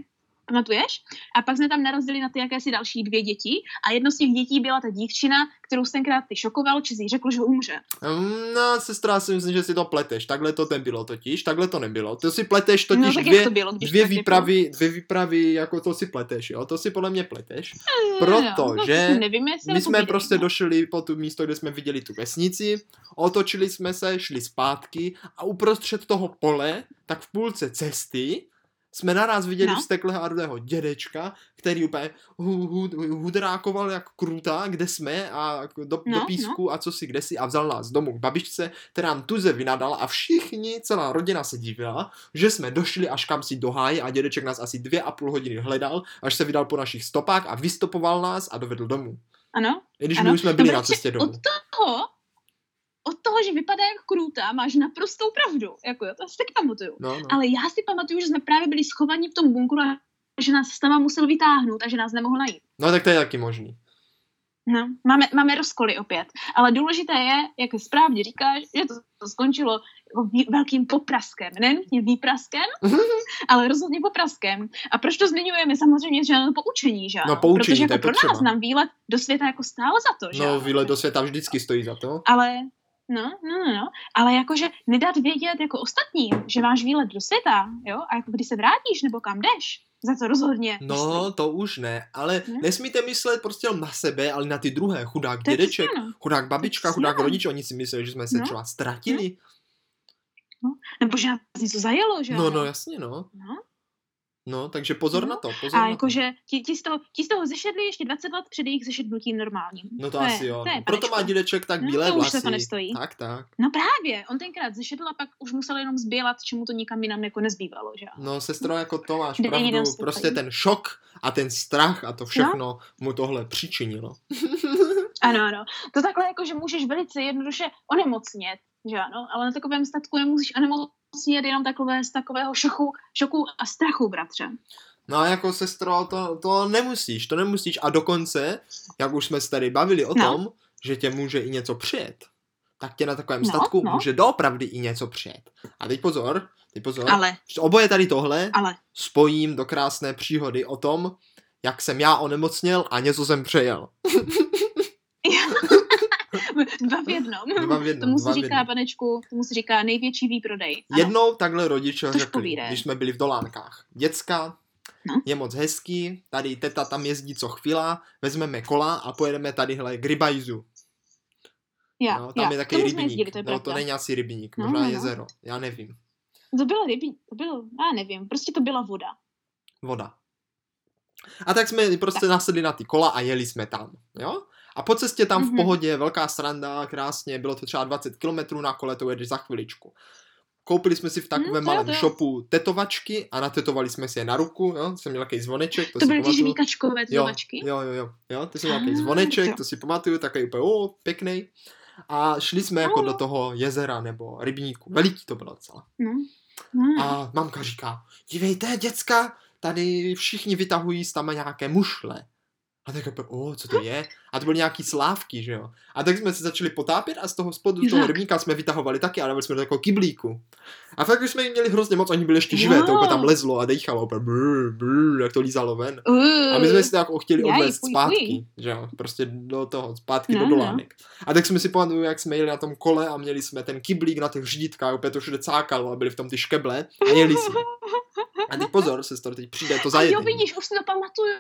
S2: Pamatuješ? A pak jsme tam narazili na ty jakési další dvě děti a jedno z těch dětí byla ta dívčina, kterou jsi tenkrát ty šokoval, či jsi jí řekl, že umře.
S1: Mm, No, sestra, já si myslím, že si to pleteš. Takhle to nebylo totiž, takhle to nebylo. To si pleteš totiž
S2: No, tak
S1: dvě,
S2: jak to bylo? Když
S1: dvě
S2: tak jako-
S1: výpravy, dvě výpravy, jako to si pleteš, jo? To si podle mě pleteš.
S2: Jo,
S1: protože
S2: tak jako- No, nevím, jestli
S1: My jsme
S2: nepovídej.
S1: prostě došli po tu místo, kde jsme viděli tu vesnici, otočili jsme se, šli zpátky a uprostřed toho pole, tak v půlce cesty, jsme naraz viděli
S2: No.
S1: no. steklehárdého dědečka, který úplně hu- hu- hudrákoval jak kruta, kde jsme a jako do,
S2: No,
S1: do písku a co si kde si a vzal nás domů k babičce, která nám tuze vynadala a všichni, celá rodina se divila, že jsme došli až kam si do háje a dědeček nás asi dvě a půl hodiny hledal, až se vydal po našich stopách a vystopoval nás a dovedl domů.
S2: Ano?
S1: I když
S2: Ano,
S1: my už jsme byli
S2: no,
S1: na
S2: protože
S1: cestě
S2: Od
S1: domů.
S2: toho, od toho, že vypadá jak krůta, máš naprostou pravdu. Jako jo, to si taky pamatuju.
S1: No, no.
S2: Ale já si pamatuju, že jsme právě byli schovaní v tom bunkru a že nás s tama musel vytáhnout a že nás nemohl najít.
S1: no tak to je taky možný.
S2: No, máme, máme rozkoly opět. Ale důležité je, jak správně říkáš, že to, to skončilo jako vý, velkým popraskem.
S1: *laughs*
S2: Nenutně výpraskem, ale rozhodně popraskem. A proč to zmiňujeme? Samozřejmě, že ano, poučení, že ano?
S1: No, poučení,
S2: Protože
S1: to
S2: jako
S1: je
S2: pro nás
S1: potřeba.
S2: nám výlet do světa jako stále za to, že
S1: No,
S2: ano?
S1: výlet do světa vždycky stojí za to.
S2: Ale No, no, no, no, ale jakože nedat vědět jako ostatním, že máš výlet do světa, jo, a jako kdy se vrátíš nebo kam jdeš, za to rozhodně. stojí.
S1: No, to už ne, ale
S2: Ne?
S1: nesmíte myslet prostě jenom na sebe, ale na ty druhé, chudák
S2: to je přesně
S1: dědeček,
S2: ono.
S1: chudák babička,
S2: přesně
S1: chudák
S2: ono.
S1: rodič, oni si mysleli, že jsme se
S2: No.
S1: třeba ztratili.
S2: Nebo že nás něco zajelo, že
S1: No,
S2: ano?
S1: no, jasně, no.
S2: no.
S1: No, takže pozor
S2: No.
S1: na to, pozor
S2: A
S1: na to.
S2: jakože ti, ti, z toho, ti z toho zešedli ještě 20 let před jejich zešednutím normálním.
S1: No to,
S2: je-
S1: asi jo.
S2: To je
S1: no. Proto má
S2: panečko.
S1: dědeček tak
S2: No,
S1: bílé
S2: to už
S1: vlasy.
S2: za to nestojí.
S1: Tak, tak.
S2: No právě, on tenkrát zešedl a pak už musel jenom zbělat, čemu to nikam jinam jako nezbývalo, že ano.
S1: No, sestro, jako to máš
S2: Kde
S1: pravdu.
S2: jinam stoupají.
S1: Prostě ten šok a ten strach
S2: No.
S1: a to všechno mu tohle přičinilo.
S2: Ano, ano. To takhle jako, že můžeš velice jednoduše onemocnět, že ano, ale na takovém statku nemusíš onemocnět jenom takové z takového šoku, šoku a strachu, bratře.
S1: No a jako sestro, to, to nemusíš, to nemusíš. A dokonce, jak už jsme se tady bavili o
S2: No.
S1: tom, že tě může i něco přijet, tak tě na takovém
S2: No,
S1: statku
S2: no.
S1: může doopravdy i něco přijet. A teď pozor, teď pozor,
S2: Ale,
S1: oboje tady tohle
S2: ale,
S1: spojím do krásné příhody o tom, jak jsem já onemocněl a něco jsem přejel.
S2: dva v jednom.
S1: Dva v jednom,
S2: Tomu se
S1: dva v
S2: říká,
S1: jednom.
S2: panečku, tomu se říká největší výprodej. Ano.
S1: Jednou takhle rodiče
S2: Tož
S1: řekli,
S2: povídej.
S1: když jsme byli v Dolánkách. Děcka,
S2: No.
S1: je moc hezký, tady teta tam jezdí co chvíla, vezmeme kola a pojedeme tadyhle k rybajzu.
S2: Já,
S1: no, tam
S2: já.
S1: je
S2: To
S1: taky
S2: už jsme
S1: rybník.
S2: jezdili, to je
S1: no, to
S2: pravda.
S1: není asi rybník,
S2: No,
S1: možná
S2: no, no.
S1: jezero, já nevím.
S2: To bylo rybí, to bylo, já nevím, prostě to byla voda.
S1: Voda. A tak jsme prostě nasedli na ty kola a jeli jsme tam, jo? A po cestě tam
S2: Mhm.
S1: v pohodě, velká sranda, krásně, bylo to třeba 20 km na kole, to jedeš za chviličku. Koupili jsme si v takovém
S2: Mhm, to jo,
S1: malém
S2: to jo.
S1: shopu tetovačky a natetovali jsme si je na ruku, jo? Jsem měl takový zvoneček, to,
S2: To
S1: si
S2: byly ty
S1: pamatuju.
S2: žvíkačkové
S1: Jo,
S2: tyvačky?
S1: jo, jo, jo, jo, ty jsi měl
S2: Ah,
S1: nějaký zvoneček,
S2: jo.
S1: to si pamatuju, takový úplně o, pěkný. A šli jsme jako
S2: Ano.
S1: do toho jezera nebo rybníku, veliký to bylo docela.
S2: No. no.
S1: A mamka říká, dívejte, děcka, tady všichni vytahují z tam nějaké mušle. A tak jako, o, co to je? A to byly nějaký slávky, že jo? A tak jsme se začali potápět a z toho spodu toho
S2: Jak?
S1: rybníka jsme vytahovali taky, ale byli jsme do takového kyblíku. A fakt už jsme jich měli hrozně moc, oni byli ještě živé, to
S2: Jo.
S1: úplně tam lezlo a dechalo, úplně brr, brr, jak to lízalo ven.
S2: Uh,
S1: A my jsme si to jako chtěli
S2: Jaj,
S1: odvést
S2: fuj,
S1: zpátky, že jo, prostě do toho, zpátky
S2: No,
S1: do
S2: no.
S1: dolánek. A tak jsme si pamatuju, jak jsme jeli na tom kole a měli jsme ten kyblík na těch řídítkách, opět to všude cákalo a byli v tom ty škeble a jeli jsme. A teď pozor, sestro, teď přijde to
S2: A jo,
S1: zajedení.
S2: vidíš, už si to pamatuju.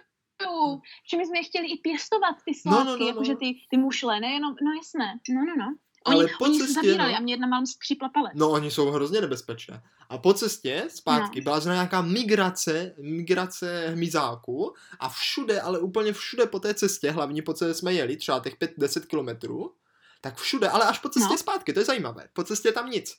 S2: Že my jsme je chtěli i pěstovat ty
S1: No, no,
S2: sládky, no,
S1: no,
S2: no, no, jakože
S1: no.
S2: ty, ty mušle, nejenom, no jasné, no, no, no. Oni,
S1: Ale
S2: Ale
S1: po
S2: oni se
S1: cestě,
S2: zabírali
S1: no.
S2: a mě jedna mám skřípla palec.
S1: No, oni jsou hrozně nebezpečné. A po cestě zpátky
S2: No.
S1: byla zrovna nějaká migrace, migrace hmyzáků a všude, ale úplně všude po té cestě, hlavně po cestě jsme jeli, třeba těch 5-10 kilometrů, tak všude, ale až po cestě
S2: No.
S1: zpátky, to je zajímavé, po cestě tam nic.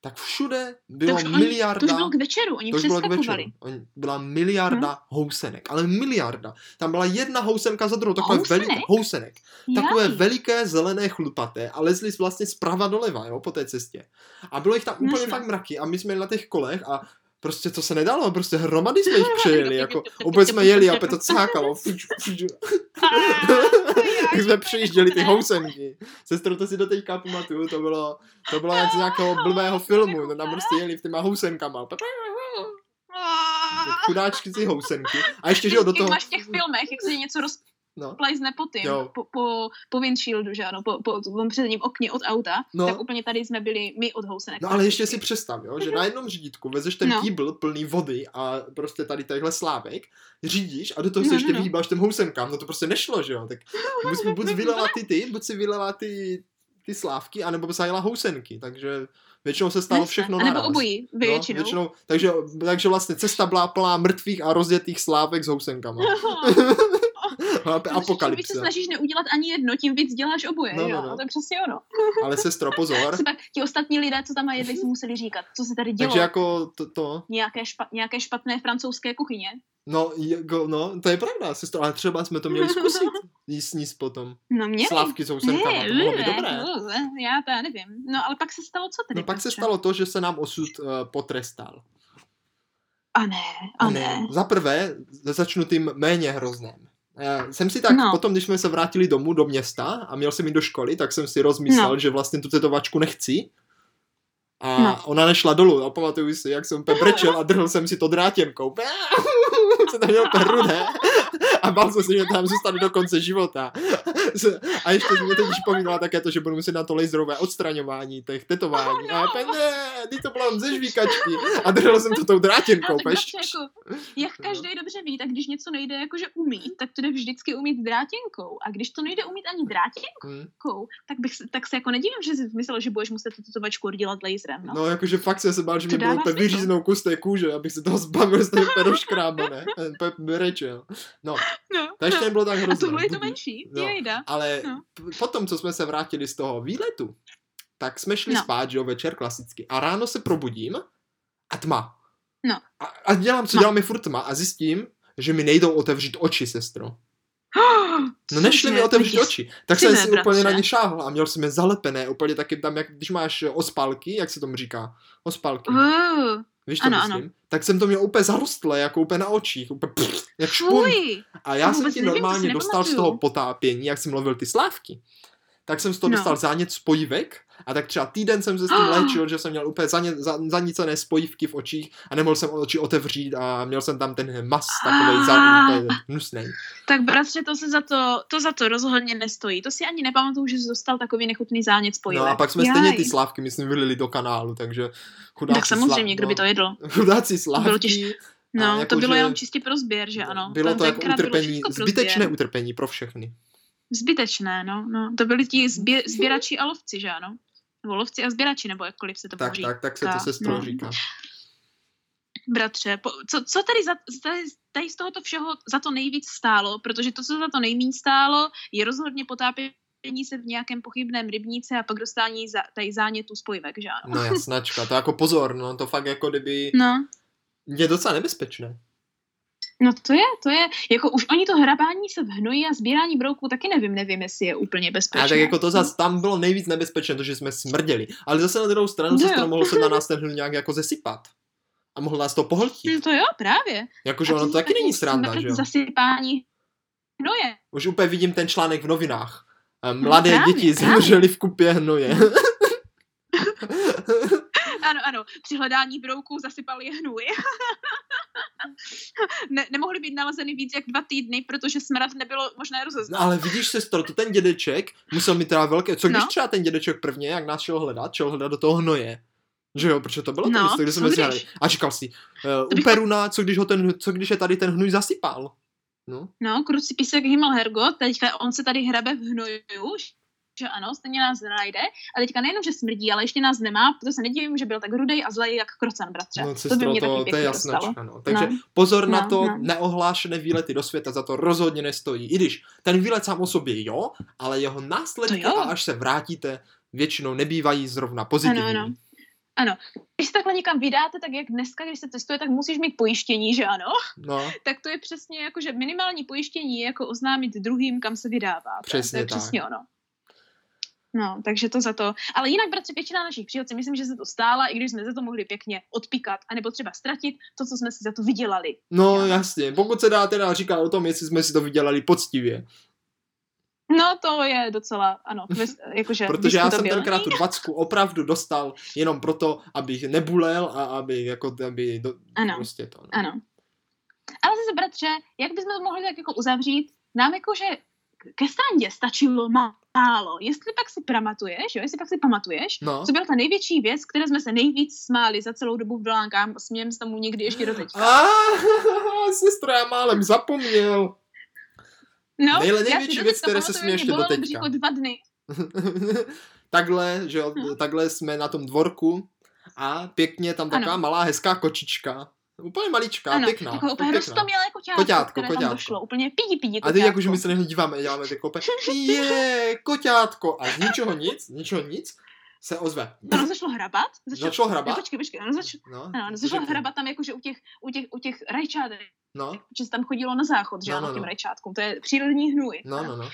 S1: Tak všude
S2: to,
S1: bylo
S2: už oni, to
S1: miliarda...
S2: už bylo k večeru, oni
S1: to už bylo k večeru.
S2: přeskakovali. Mhm.
S1: On, byla miliarda housenek, ale miliarda. Tam byla jedna housenka za druhou, takové
S2: Housenek?
S1: veliké housenek. Takové
S2: Jaj.
S1: veliké zelené chlupaté a lezli vlastně zprava doleva, jo, po té cestě. A bylo jich tam úplně
S2: Jasně.
S1: fakt mraky a my jsme jeli na těch kolech a prostě to se nedalo, prostě hromady jsme jich přejeli, jako
S2: Hromady.
S1: opět jsme jeli a opět to cákalo. fuč, fuč. *laughs*
S2: Ah,
S1: Jak
S2: jaj,
S1: jsme
S2: to je
S1: přejižděli ty
S2: dobré.
S1: housenky. Sestro, to si do teďka pamatuju, to bylo, to bylo jak z nějakého blbého filmu, tam prostě jeli v těma housenkama.
S2: Ah.
S1: Chudáčky ty housenky. A ještě, že jo, do
S2: Jak
S1: toho...
S2: máš v těch filmech, jak se něco roz,
S1: No,
S2: plajzne po tým,
S1: Jo.
S2: po, po, po windshieldu, že ano, po, po tom předním okně od auta,
S1: No.
S2: no. tak úplně tady jsme byli my od housenek.
S1: no ale ještě si představ, jo, že na jednom řídítku vezeš ten
S2: Mhm. No.
S1: kýbl plný vody a prostě tady takhle slávek, řídíš a do toho
S2: No,
S1: se
S2: no,
S1: ještě
S2: no.
S1: vyhýbáš těm housenkám, no to prostě nešlo, že jo, tak buď, buď vylela ty ty, buď si vylela ty, ty slávky, anebo se jela housenky, takže Většinou se stalo všechno
S2: A nebo
S1: naraz.
S2: obojí, většinou.
S1: No, většinou takže, takže vlastně cesta byla plná mrtvých a rozjetých slávek s housenkama.
S2: *laughs*
S1: Chápe?
S2: Čím víc No. se
S1: Apokalypse.
S2: snažíš neudělat ani jedno, tím víc děláš oboje,
S1: No,
S2: no,
S1: no,
S2: jo?
S1: no.
S2: A to je přesně
S1: *laughs*
S2: ono.
S1: Ale sestro, pozor.
S2: Třeba ti ostatní lidé, co tam jedli, si museli říkat, co se tady dělo.
S1: Mhm. Takže jako to, to
S2: Nějaké, špa- nějaké špatné francouzské kuchyně.
S1: no, jako, no, to je pravda, sestro, ale třeba jsme to měli zkusit. Jíst sníst potom.
S2: No mě?
S1: Slávky s housenkama, to bylo by dobré.
S2: já to já nevím. No ale pak se stalo co tedy?
S1: No pak se
S2: Petře?
S1: stalo to, že se nám osud uh, potrestal.
S2: A ne, a ne.
S1: Za prvé, začnu tím méně hrozném. Eh, Jsem si tak, no.
S2: No.
S1: potom, když jsme se vrátili domů do města a měl jsem jít do školy, tak jsem si rozmyslel, no.
S2: No.
S1: že vlastně tu tetovačku nechci. A no.
S2: No.
S1: ona nešla dolů. A pamatuju si, jak jsem pebrečel a drhl jsem si to drátěnkou. *laughs* jsem tam měl perudé. A bál jsem se, že tam zůstanu do konce života. A ještě mě teď vzpomínala také to, že budu muset na to laserové odstraňování těch tetování.
S2: Oh, no.
S1: A já úplně, ne, ty to bylo ze žvíkačky. A drhl jsem to tou drátěnkou.
S2: Ale tak
S1: peš.
S2: Petře, jako,
S1: No.
S2: jak každý dobře ví, tak když něco nejde jakože umít, tak to jde vždycky umít drátěnkou. A když to nejde umít ani drátěnkou,
S1: Hm.
S2: tak, bych, se- tak se jako nedivím, že jsi myslel, že budeš muset tuto vačku oddělat laserem. No.
S1: No, jakože fakt jsem se bál, že
S2: To
S1: mi budou
S2: dává
S1: úplně
S2: smysl.
S1: vyříznou kus té kůže, abych se toho zbavil z té peroškrábené.
S2: *laughs*
S1: Úplně brečel. No,
S2: no.
S1: to ještě nebylo tak
S2: A
S1: hrozné.
S2: tohle je to
S1: Budiž.
S2: menší,
S1: No.
S2: no. *gasps* jejda.
S1: Ale
S2: No.
S1: p- potom, co jsme se vrátili z toho výletu, tak jsme šli no.
S2: No.
S1: spát, že jo, večer klasicky. A ráno se probudím a tma.
S2: No.
S1: A, a dělám, co
S2: Tma.
S1: dělám, je furt tma a zjistím, že mi nejdou otevřít oči, sestro. No nešli mi otevřít oči. Tak jsem
S2: Přivé,
S1: si úplně na
S2: bratře.
S1: ně šáhl a měl jsem je zalepené, úplně taky tam, jak když máš eh, ospalky, jak se tomu říká, ospalky.
S2: Uh,
S1: Víš, co
S2: Ano,
S1: myslím? Ano. Tak jsem to měl úplně zarostlé, jako úplně na očích, úplně pff, jak špun.
S2: fuj.
S1: A já
S2: to
S1: jsem
S2: vůbec
S1: ti
S2: nevím, to si
S1: normálně dostal z
S2: nepamatuju.
S1: toho potápění, jak jsem lovil ty slávky. Tak jsem z toho
S2: No.
S1: dostal zánět spojivek a tak třeba týden jsem se s
S2: *gasps*
S1: tím léčil, že jsem měl úplně zaně, za, zanícené spojivky v očích a nemohl jsem oči otevřít a měl jsem tam ten mas takový za,
S2: Ah.
S1: úplně hnusnej. No
S2: Tak bratře, to se za to, to za to rozhodně nestojí. To si ani nepamatuju, že jsi dostal takový nechutný zánět spojivek.
S1: No a pak jsme stejně ty
S2: Jaj.
S1: slávky, myslím, vylili do kanálu, takže chudáci
S2: Tak samozřejmě,
S1: slá-
S2: kdo by to jedl.
S1: no, *laughs* Chudáci
S2: Bylo
S1: slávky.
S2: těž-
S1: a
S2: No,
S1: jako,
S2: to bylo
S1: že-
S2: jenom čistě pro sběr, že ano.
S1: Bylo
S2: Tam
S1: to jako
S2: tenkrát bylo prostě.
S1: utrpení,
S2: všechno pro sběr.
S1: zbytečné utrpení pro všechny.
S2: Zbytečné, no, no. To byli
S1: *laughs*
S2: ti zbě, sběrači a lovci, že ano? Nebo lovci a sběrači, nebo jakkoliv se to
S1: Tak,
S2: poří.
S1: tak, tak se to
S2: Tak,
S1: sestro
S2: no. *laughs*
S1: říká.
S2: Bratře, po, co, co tady, za, tady, tady z tohoto všeho za to nejvíc stálo? Protože to, co za to nejméně stálo, je rozhodně potápění se v nějakém pochybném rybníce a pak dostání za, tady zánětu spojivek, že ano?
S1: No jasnačka, to jako pozor, no to fakt jako kdyby,
S2: No,
S1: je docela nebezpečné.
S2: no to je, to je, jako už oni to hrabání se v hnoji a sbírání brouků taky nevím, nevím, jestli je úplně bezpečné.
S1: A tak jako to zase tam bylo nejvíc nebezpečné, to, že jsme smrděli. Ale zase na druhou stranu,
S2: No
S1: no,
S2: jo.
S1: sestra, mohl se
S2: *laughs*
S1: na nás ten hnůj nějak jako zesypat. A mohl nás to
S2: No
S1: pohltit.
S2: to jo, právě.
S1: Jakože
S2: A
S1: ono to taky není sranda, že jo?
S2: Zasypání hnoje.
S1: Už úplně vidím ten článek v novinách. Eh, Mladé
S2: No právě,
S1: děti
S2: právě.
S1: zemřely v kupě hnoje.
S2: *laughs* Ano, ano, při hledání brouků zasypali je hnůj. *laughs* ne, nemohly být nalezeny víc jak dva týdny, protože smrad nebylo možné
S1: No
S2: rozeznat.
S1: ale vidíš, sestro, to ten dědeček musel mít teda velké... Co když
S2: No.
S1: třeba ten dědeček prvně, jak nás šel hledat, šel hledat do toho hnoje. Že jo, protože to bylo to
S2: No,
S1: místo, kde
S2: co
S1: jsme
S2: když?
S1: zjeli. A říkal si, uh, u
S2: bych-
S1: Peruna, co když, ho ten, co když je tady ten hnůj zasypal? No,
S2: No, kruci písek Himmel Hergo, teďka on se tady hrabe v hnoju, že ano, stejně nás najde. A teďka nejenom, že smrdí, ale ještě nás nemá, proto se nedivím, že byl tak rudej a zlej jak krocan, bratře.
S1: no
S2: to by
S1: sestro,
S2: mě
S1: to,
S2: taky
S1: to je
S2: pěkně dostalo.
S1: jasnačka. No. Takže
S2: No.
S1: pozor na
S2: No,
S1: to,
S2: no.
S1: neohlášené výlety do světa za to rozhodně nestojí. I když ten výlet sám o sobě jo, ale jeho následky
S2: To No jo.
S1: a až se vrátíte, většinou nebývají zrovna pozitivní.
S2: Ano, ano. Když se takhle někam vydáte, tak jak dneska, když se testuje, tak musíš mít pojištění, že ano?
S1: No,
S2: tak to je přesně jako, že minimální pojištění je jako oznámit druhým, kam se vydává.
S1: Přesně
S2: to je
S1: tak.
S2: přesně ono. No, takže to za to. Ale jinak, bratře, většina našich příhodců, myslím, že se to stála, i když jsme za to mohli pěkně odpíkat, anebo třeba ztratit to, co jsme si za to vydělali.
S1: no
S2: Jo.
S1: jasně, pokud se dá teda říkat o tom, jestli jsme si to vydělali poctivě.
S2: No, to je docela, ano, vys, jakože
S1: Protože já jsem
S2: diskutabilní.
S1: tenkrát tu dvacku opravdu dostal jenom proto, abych nebulel a aby jako, aby do,
S2: Ano.
S1: prostě to. No.
S2: Ano. Ale zase, bratře, jak bychom to mohli tak jako uzavřít? Nám jakože ke standě stačilo má- málo. Jestli pak si pamatuješ, jo, jestli pak si pamatuješ,
S1: No.
S2: Co byla ta největší věc, které jsme se nejvíc smáli za celou dobu v Dolánkám? Smějeme se tomu někdy ještě do teďka.
S1: A *laughs* sestra, já málem zapomněl. *laughs*
S2: No,
S1: nejle-
S2: já si
S1: největší
S2: do
S1: věc,
S2: teďka
S1: které se
S2: pamatuju,
S1: směješ
S2: že jako
S1: ty do
S2: bolelo
S1: teďka.
S2: břícho dva dny.
S1: takhle, že jo, takhle jsme na tom dvorku a pěkně tam taková
S2: Hm. Ano.
S1: malá hezká kočička. Úplně maličká,
S2: ano,
S1: pěkná.
S2: jako úplně
S1: pěkná.
S2: rostomilé koťátko,
S1: Koťátko,
S2: které
S1: koťátko.
S2: tam došlo, úplně pidi, pidi
S1: A teď jak už my se na něho díváme, děláme ty kope, je, koťátko. A z ničeho nic, z ničeho nic, se ozve.
S2: Ono No, začalo hrabat, začalo,
S1: Začalo
S2: Ne,
S1: hrabat.
S2: počkej, počkej, ono začalo,
S1: No,
S2: jako ano, ono začalo hrabat tam jakože u těch, u těch, u těch rajčátek,
S1: No,
S2: protože se tam chodilo na záchod, že
S1: No,
S2: ano,
S1: no,
S2: těm
S1: no.
S2: rajčátkům, to je přírodní hnůj.
S1: no, no, no.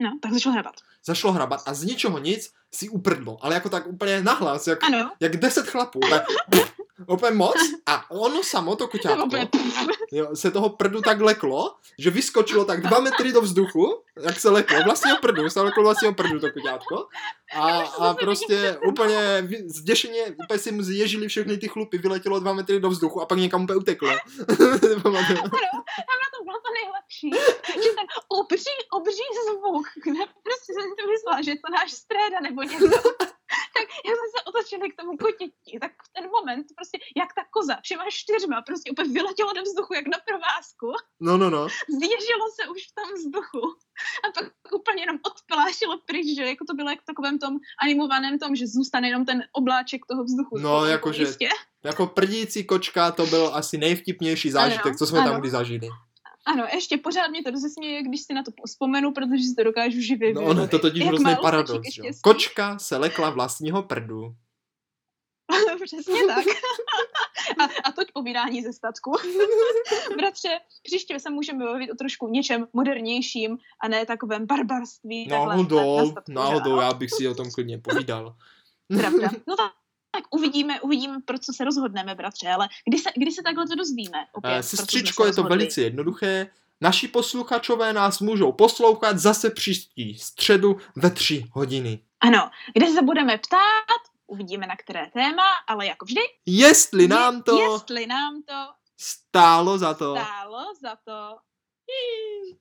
S2: no tak začalo hrabat.
S1: Zašlo hrabat a z ničeho nic si uprdlo. Ale jako tak úplně nahlas, jak,
S2: Ano,
S1: jak deset chlapů. Ale, *laughs* úplně moc. A ono samo, to
S2: to je
S1: koťátko,
S2: úplně, *laughs*
S1: jo, se toho prdu tak leklo, že vyskočilo tak dva metry do vzduchu, jak se leklo, vlastního prdu, se leklo vlastního prdu to kuťátko. A, a prostě úplně vy- zděšeně, úplně si mu zježili všechny ty chlupy, vyletělo dva metry do vzduchu a pak někam úplně uteklo. *laughs* Pamatuju.
S2: na tom bylo No, to nejlepší, že ten obří, obří zvuk, kde prostě jsem si myslela, že je to náš stréda nebo
S1: *laughs*
S2: něco. tak já jsem se otočila k tomu kotěti, tak v ten moment prostě, jak ta koza, všema čtyřma, prostě úplně vyletělo do vzduchu, jak na provázku,
S1: No, no, no.
S2: zježilo se už v tom vzduchu a pak úplně jenom odplášilo pryč, že jako to bylo jak v takovém tom animovaném tom, že zůstane jenom ten obláček toho vzduchu.
S1: No,
S2: po- po
S1: jakože-
S2: místě.
S1: Jako prdící kočka to byl asi nejvtipnější zážitek, co jsme
S2: ano.
S1: tam kdy zažili.
S2: Ano, ještě pořád mě to dozesměje, když si na to vzpomenu, protože si to dokážu živě
S1: No
S2: *laughs*
S1: ono, to totiž
S2: Jak
S1: hrozný
S2: málo
S1: paradox.
S2: koček je
S1: jo.
S2: štěstí.
S1: Kočka se lekla vlastního prdu.
S2: No, Přesně tak. *laughs* A, a toť povídání ze statku. *laughs* Bratře, příště se můžeme bavit o trošku něčem modernějším a ne takovém barbarství. takhle na- na
S1: Náhodou,
S2: statku, že
S1: náhodou,
S2: ano.
S1: já bych si o tom klidně povídal.
S2: Pravda. No tak, tak uvidíme, uvidíme, pro co se rozhodneme, bratře, ale kdy se, kdy se takhle to dozvíme? Opět,
S1: Eh,
S2: pro co jsme
S1: Sestřičko,
S2: se
S1: je to
S2: rozhodli?
S1: velice jednoduché. Naši posluchačové nás můžou poslouchat zase příští středu ve tři hodiny.
S2: Ano, kde se budeme ptát, uvidíme na které téma, ale jako vždy,
S1: Jestli nám to
S2: jestli nám to
S1: stálo za to.
S2: stálo za to.